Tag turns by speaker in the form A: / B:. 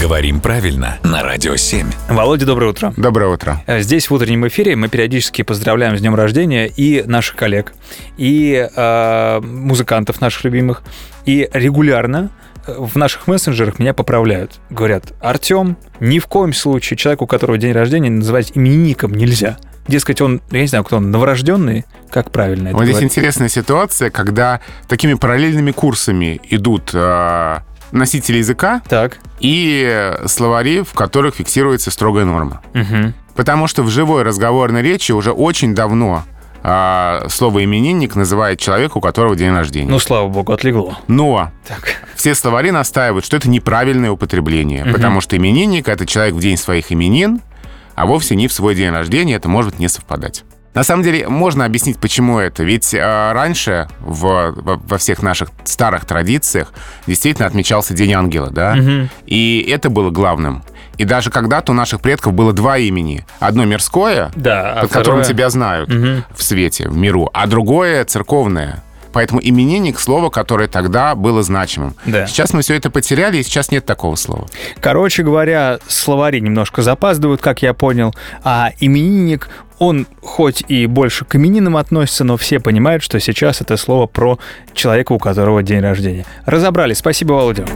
A: Говорим правильно на Радио 7.
B: Володя, доброе утро.
C: Доброе утро.
B: Э, Здесь в утреннем эфире мы периодически поздравляем с днем рождения и наших коллег, и э, музыкантов наших любимых, и регулярно э, в наших мессенджерах меня поправляют. Говорят, Артем, ни в коем случае человеку, у которого день рождения, называть именинником нельзя. Дескать, он, я не знаю, кто он, новорожденный, как правильно это
C: Вот здесь
B: говорить?
C: интересная ситуация, когда такими параллельными курсами идут э, носители языка
B: Так,
C: и словари, в которых фиксируется строгая норма.
B: мгм,
C: Потому что в живой разговорной речи уже очень давно э, слово именинник называет человека, у которого день рождения.
B: ну, слава богу, отлегло.
C: Но
B: Так,
C: все словари настаивают, что это неправильное употребление,
B: Мгм.
C: потому что именинник — это человек в день своих именин, а вовсе не в свой день рождения, это может не совпадать. На самом деле, можно объяснить, почему это. Ведь э, раньше в- во, во всех наших старых традициях действительно отмечался День Ангела, да?
B: мгм,
C: И это было главным. И даже когда-то у наших предков было два имени. Одно мирское,
B: да. а
C: под которым
B: второе-
C: тебя знают
B: Мгм.
C: в свете, в миру, а другое — церковное. Поэтому именинник — слово, которое тогда было значимым.
B: Да.
C: Сейчас мы все это потеряли, и сейчас нет такого слова.
B: Короче говоря, словари немножко запаздывают, как я понял, а именинник, он хоть и больше к именинам относится, но все понимают, что сейчас это слово про человека, у которого день рождения. Разобрали. Спасибо, Володя.